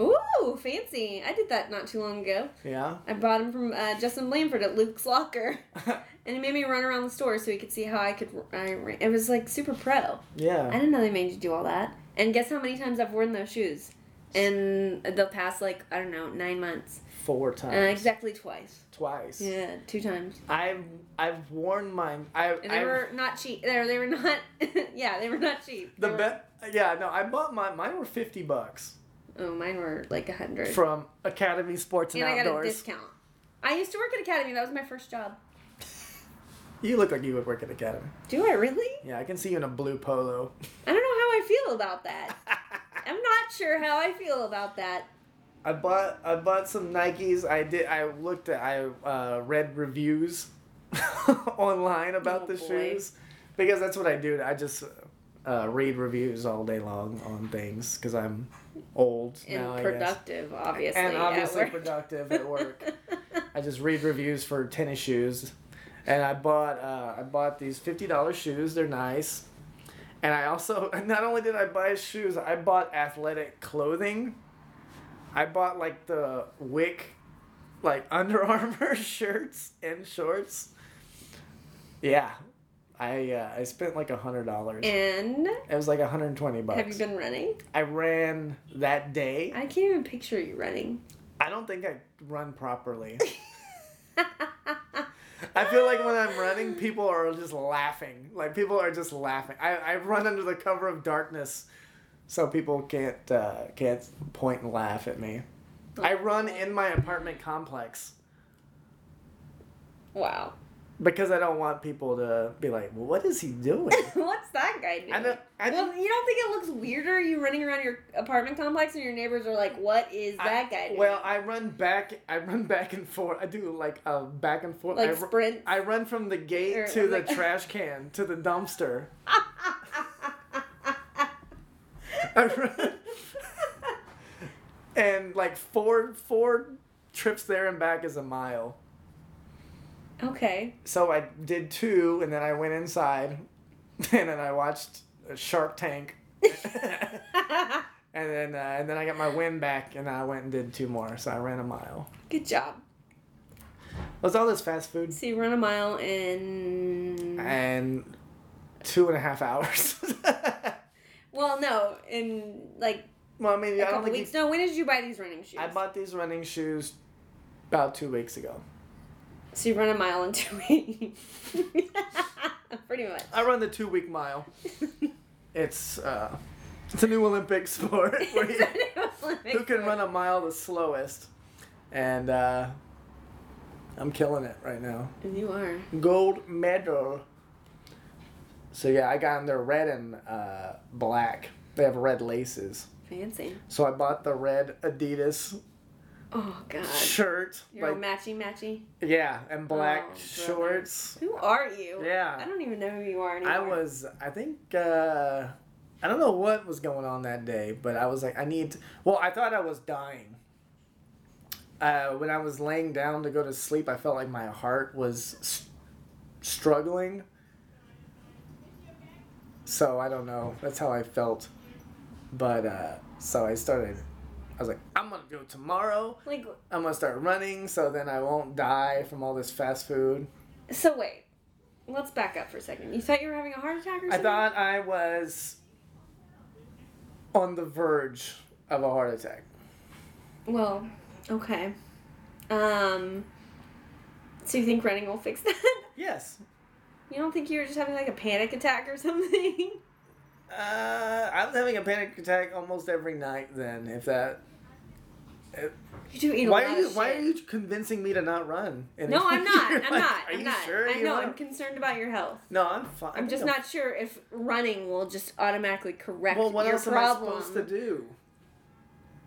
Ooh, fancy. I did that not too long ago.
Yeah.
I bought them from uh, Justin Blanford at Luke's Locker. and he made me run around the store so he could see how I could. I, ran- it was like super pro. I
yeah.
didn't know they made you do all that. And guess how many times I've worn those shoes? In the past, like, I don't know, nine months.
Four
Uh,
times.
exactly twice.
Twice.
Yeah, two times.
I've I've worn mine. I.
And they
I've-
were not cheap. They were, they were not. yeah, they were not cheap.
the
They were-
be- Yeah. No. I bought mine. Mine were fifty bucks
Oh, mine were like a hundred.
from Academy Sports and,
and I got a
Outdoors.
discount. I used to work at Academy. That was my first job.
You look like you would work at Academy.
Do I really?
Yeah, I can see you in a blue polo.
I don't know how I feel about that. I'm not sure how I feel about that.
I bought I bought some Nikes. I did. I looked at. I uh, read reviews online about
Oh,
the
boy.
shoes because that's what I do. I just uh, read reviews all day long on things because I'm old
And
now. I guess.
productive, obviously.
and
at
obviously
work.
productive at work. I just read reviews for tennis shoes, and I bought uh, I bought these fifty dollars shoes. They're nice, and I also not only did I buy shoes, I bought athletic clothing. I bought like the Wick, like Under Armour shirts and shorts. Yeah, I uh, I spent like a hundred dollars. It
and
was like hundred and twenty bucks.
have you been running?
I ran that day.
I can't even picture you running.
I don't think I run properly. I feel like when I'm running, people are just laughing. Like people are just laughing. I, I run under the cover of darkness, so people can't uh, can't point and laugh at me. I run in my apartment complex
Wow.
because I don't want people to be like, well, "What is he doing?"
What's that guy doing?
I don't. I
well,
don't.
you don't think it looks weirder you running around your apartment complex and your neighbors are like, "What is that guy
I,
doing?"
well, I run back. I run back and forth. I do like a back and forth.
like
I, ru-
sprint.
I run from the gate
Or,
to the
like-
trash can to the dumpster. I run, and like four four trips there and back is a mile.
okay.
So I did two, and then I went inside, and then I watched a Shark Tank, and then uh, and then I got my win back, and I went and did two more. So I ran a mile.
Good job.
Was all this fast food
So you run a mile in.
and two and a half hours.
Well, no, in like
well, I mean,
a
I don't
couple
think you
weeks. No, when did you buy these running shoes?
I bought these running shoes about two weeks ago.
So you run a mile in two weeks. Pretty much.
I run the two week mile. It's uh, it's a new Olympic sport where you, who can run a mile the slowest, and uh, I'm killing it right now.
And you are.
Gold medal. So yeah, I got them. They're red and uh, black. They have red laces.
Fancy.
So I bought the red Adidas
Oh, God.
shirt,
You're all
like
matchy matchy.
yeah, and black
Oh, brother.
shorts.
Who are you?
Yeah.
I don't even know who you are anymore.
I was, I think, uh, I don't know what was going on that day, but I was like, I need, to, well, I thought I was dying. Uh, when I was laying down to go to sleep, I felt like my heart was s- struggling. So I don't know. That's how I felt. But uh, so I started, I was like, I'm going to go tomorrow.
Like,
I'm going to start running so then I won't die from all this fast food.
so wait. Let's back up for a second. You thought you were having a heart attack or
I
something?
thought I was on the verge of a heart attack.
Well, okay. Um. So you think running will fix that?
Yes.
You don't think you were just having like a panic attack or something?
Uh, I was having a panic attack almost every night. Then, if that. if-
You do eat a
why
lot
are you?
of
Why
shit.
are you convincing me to not run? And
No, I'm not.
you're
I'm
like,
not.
Are
I'm
you
not.
sure?
I
you
know.
wanna-"
I'm concerned about your health.
No, I'm fine.
I'm just not sure if running will just automatically correct
Well, what
your
else
problem.
am I supposed to do?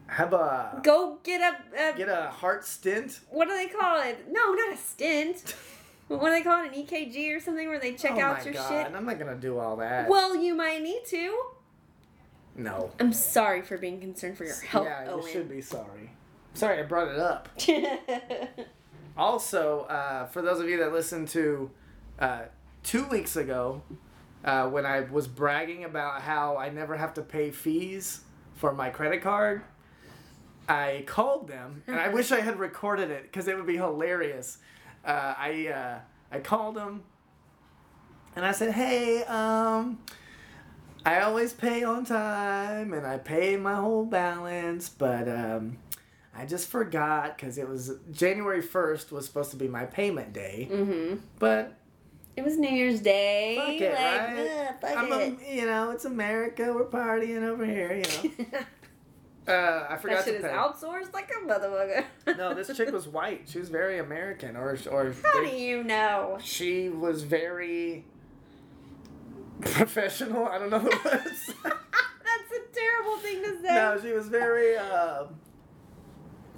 Have a
Go get a, a
get a heart stint.
what do they call it? No, not a stint. what do they call it? An EKG or something where they check
oh
out
my
your
God,
shit.
I'm not gonna do all that.
Well, you might need to.
no.
I'm sorry for being concerned for your health,
yeah,
Owen.
you should be sorry. Sorry, I brought it up. Also, uh, for those of you that listened to uh, two weeks ago, uh, when I was bragging about how I never have to pay fees for my credit card, I called them, and I wish I had recorded it because it would be hilarious. Uh, I uh, I called them, and I said, "Hey, um, I always pay on time, and I pay my whole balance, but." Um, I just forgot because it was January 1st was supposed to be my payment day.
mm-hmm.
But
It was New Year's Day.
fuck it,
like,
right?
ugh, fuck
I'm
it.
A, you know, it's America. We're partying over here, you know. uh, I forgot
that shit
to
is
pay.
outsourced like a motherfucker.
No, this chick was white. She was very American, or or
How
they-
do you know?
she was very professional. I don't know what it was.
That's a terrible thing to say.
no, she was very. Uh,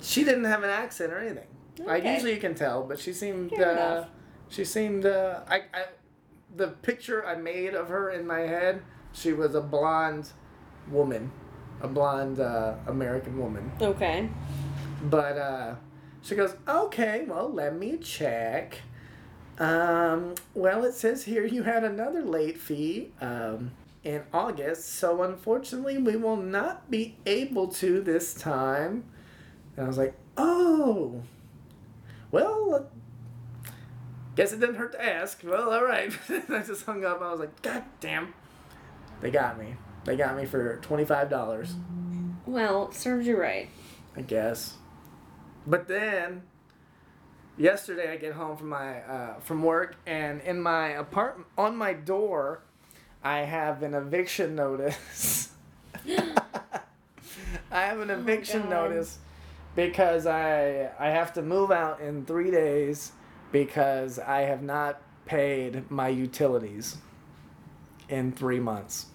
she didn't have an accent or anything. Like
Okay.
usually you can tell, but she seemed.
Fair
uh,
enough.
she seemed. Uh, I, I, the picture I made of her in my head, she was a blonde woman, a blonde uh, American woman.
Okay.
But uh, she goes, okay, well, let me check. Um, well, it says here you had another late fee um, in August, so unfortunately, we will not be able to this time. And I was like, oh, well, guess it didn't hurt to ask. Well, all right. I just hung up. I was like, God damn. They got me. They got me for $25.
Well, serves you right.
I guess. But then, yesterday I get home from my uh, from work, and in my apartment, on my door, I have an eviction notice. I have an eviction
God.
notice because I I have to move out in three days because I have not paid my utilities in three months.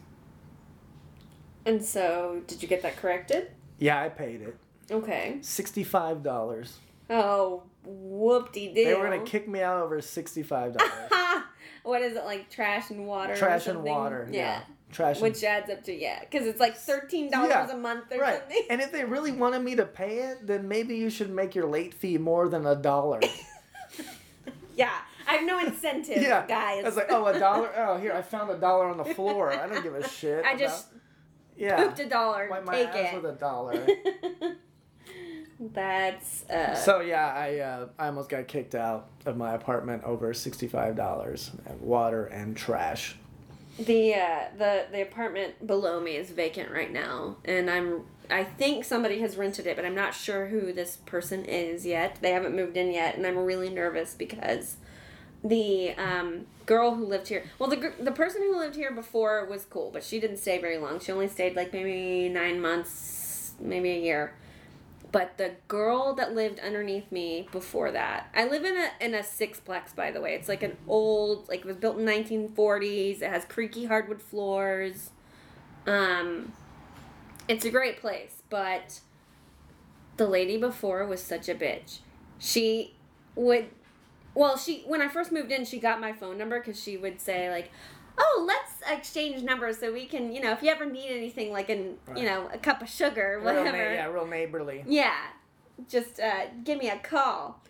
And so, did you get that corrected?
Yeah, I paid it
Okay.
sixty five dollars.
Oh, whoop-de-doo.
They were gonna kick me out over sixty five dollars.
Ha! what is it like? Trash and water. or
Trash and
something?
water. Yeah.
Yeah.
Trash
Which adds up to yeah, because it's like thirteen dollars
Yeah,
a month or
and right.
something.
And if they really wanted me to pay it, then maybe you should make your late fee more than a dollar.
yeah, I have no incentive,
yeah,
guys.
I was like, oh, a dollar. Oh, here I found a dollar on the floor. I don't give a shit.
I
about-
just
yeah.
pooped a dollar.
Wipe my
Take
ass
it.
with a dollar.
That's uh,
so yeah, I uh, I almost got kicked out of my apartment over sixty five dollars and water and trash.
the uh, the the apartment below me is vacant right now, and I'm I think somebody has rented it, but I'm not sure who this person is yet. They haven't moved in yet, and I'm really nervous because the um, girl who lived here well the gr- the person who lived here before was cool, but she didn't stay very long. She only stayed like maybe nine months, maybe a year. But the girl that lived underneath me before that, I live in a in a sixplex, by the way. It's like an old, like it was built in nineteen forties. It has creaky hardwood floors. Um, it's a great place, but the lady before was such a bitch. She would, well, she when I first moved in, she got my phone number because she would say like. Oh, let's exchange numbers so we can, you know, if you ever need anything like an, you
Right.
know, a cup of sugar,
Real
whatever.
na- yeah, real neighborly.
Yeah, just uh, give me a call.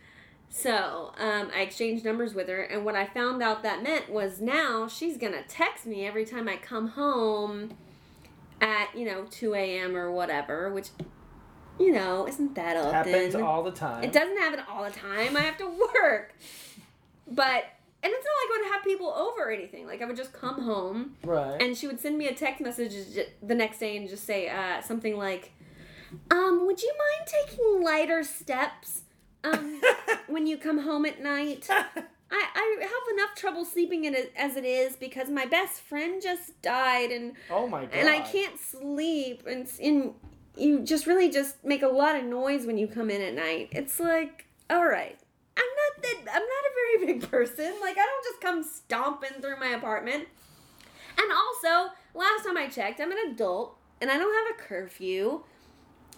So um, I exchanged numbers with her, and what I found out that meant was now she's gonna text me every time I come home at you know two a.m. or whatever, which you know isn't that often.
Happens all the time.
It doesn't happen all the time. I have to work, but and it's not like I would have people over or anything. Like I would just come home
Right.
and she would send me a text message j- the next day and just say uh, something like, um, would you mind taking lighter steps? um, when you come home at night. I, I have enough trouble sleeping in it as it is because my best friend just died and
Oh my god.
and I can't sleep and s- and you just really just make a lot of noise when you come in at night. It's like all right. I'm not that I'm not a very big person. Like I don't just come stomping through my apartment. And also, last time I checked, I'm an adult and I don't have a curfew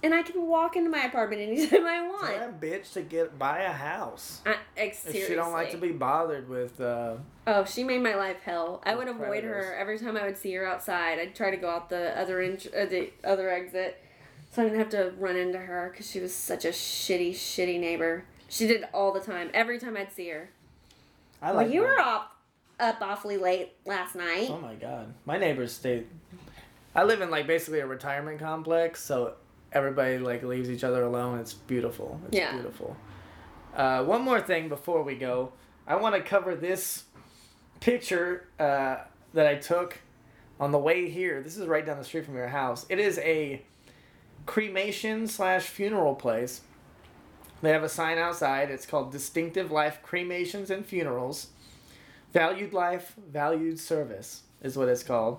and I can walk into my apartment anytime I want.
Tell that bitch to get buy a house.
I, like,
If
seriously.
she don't like to be bothered with. Uh,
Oh, she made my life hell. I would
Those
avoid her
predators.
every time I would see her outside. I'd try to go out the other inch, uh, the other exit, so I didn't have to run into her because she was such a shitty, shitty neighbor. She did all the time. Every time I'd see her.
I
Well,
like.
you
my-
were up, up awfully late last night.
Oh my god, my neighbors stay. I live in like basically a retirement complex, so everybody like leaves each other alone. It's beautiful. It's
Yeah.
beautiful. Uh, one more thing before we go, I want to cover this picture uh, that I took on the way here. This is right down the street from your house. It is a cremation slash funeral place. They have a sign outside. It's called Distinctive Life Cremations and Funerals. Valued Life, Valued Service is what it's called.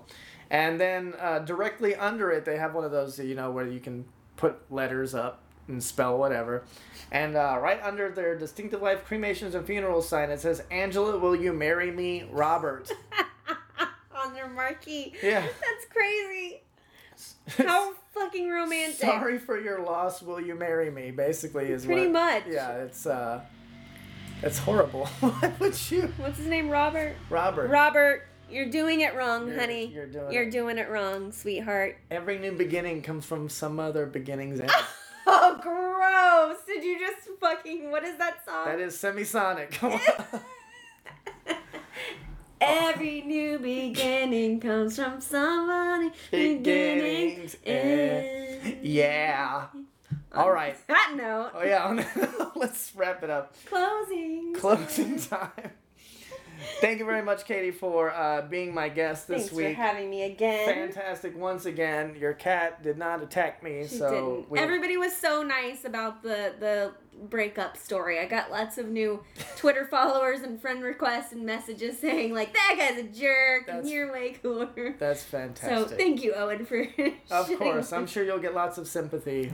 And then uh, directly under it, they have one of those, you know, where you can put letters up and spell whatever. And uh, right under their Distinctive Life Cremations and Funerals sign, it says, Angela, will you marry me, Robert?
On their marquee.
Yeah.
That's crazy. How fucking romantic.
Sorry for your loss, will you marry me? Basically, is
Pretty
what-
much.
Yeah, it's, uh, it's horrible. Why would you,
What's his name? Robert.
Robert?
Robert, you're doing it wrong,
You're-
honey.
you're doing
You're
it.
doing it wrong, sweetheart.
Every new beginning comes from some other beginning's end.
Oh, gross! Did you just fucking what is that song?
That is semisonic. Come on.
Every new beginning comes from somebody
Beginnings
beginnings
end.
end.
yeah. All right.
That note.
Oh yeah. Let's wrap it up.
Closing.
Closing time. Thank you very much, Katie, for uh, being my guest this
Thanks
week.
for having me again.
Fantastic once again. Your cat did not attack me,
She
so
didn't.
we
Everybody was so nice about the the breakup story. I got lots of new Twitter followers and friend requests and messages saying like that guy's a jerk
That's-
and you're way cooler.
that's
So
fantastic.
thank you, Owen, for
of
sharing
course, I'm sure you'll get lots of sympathy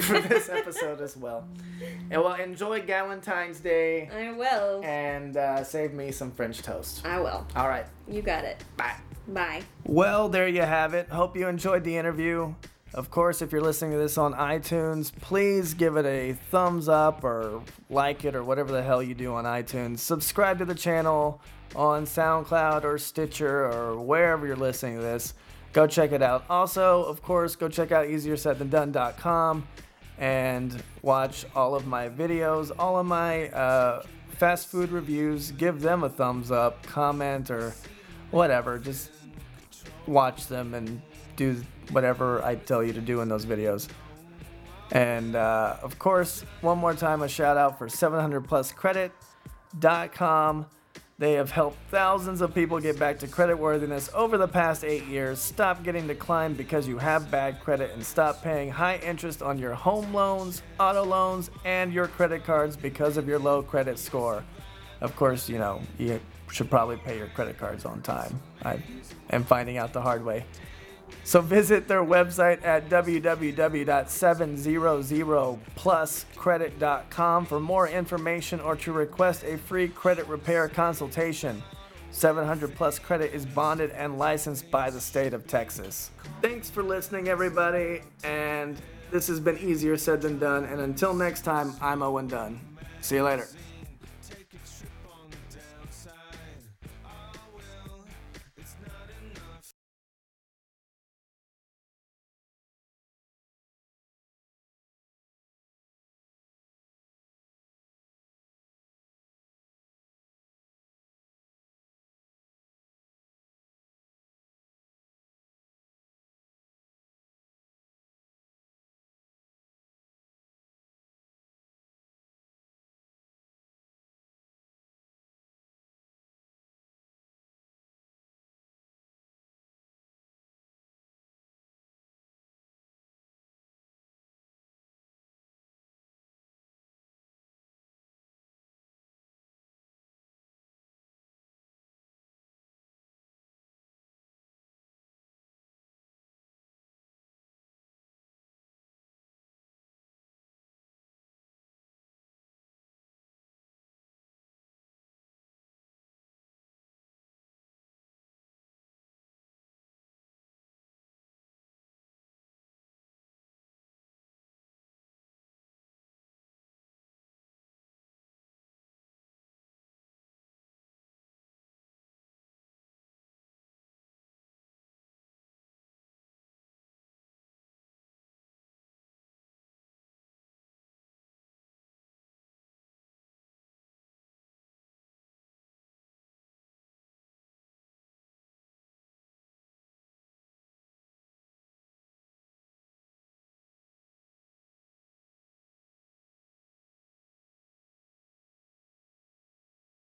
for this episode as well. And well, enjoy Galentine's Day
I will.
and uh, save me some French toast.
I will.
All right,
You got it.
bye.
Bye.
Well, there you have it. Hope you enjoyed the interview. Of course, if you're listening to this on iTunes, please give it a thumbs up or like it or whatever the hell you do on iTunes. Subscribe to the channel on SoundCloud or Stitcher or wherever you're listening to this. Go check it out. Also, of course, go check out easiersaidthandone.com and watch all of my videos, all of my uh, fast food reviews. Give them a thumbs up, comment, or whatever. Just watch them and do whatever I tell you to do in those videos. And uh, of course, one more time, a shout out for 700pluscredit.com. They have helped thousands of people get back to creditworthiness over the past eight years. Stop getting declined because you have bad credit and stop paying high interest on your home loans, auto loans, and your credit cards because of your low credit score. Of course, you know, you should probably pay your credit cards on time. I am finding out the hard way. So visit their website at www.700pluscredit.com for more information or to request a free credit repair consultation. 700 Plus Credit is bonded and licensed by the state of Texas. Thanks for listening, everybody. And this has been easier said than done. And until next time, I'm Owen Dunn. See you later.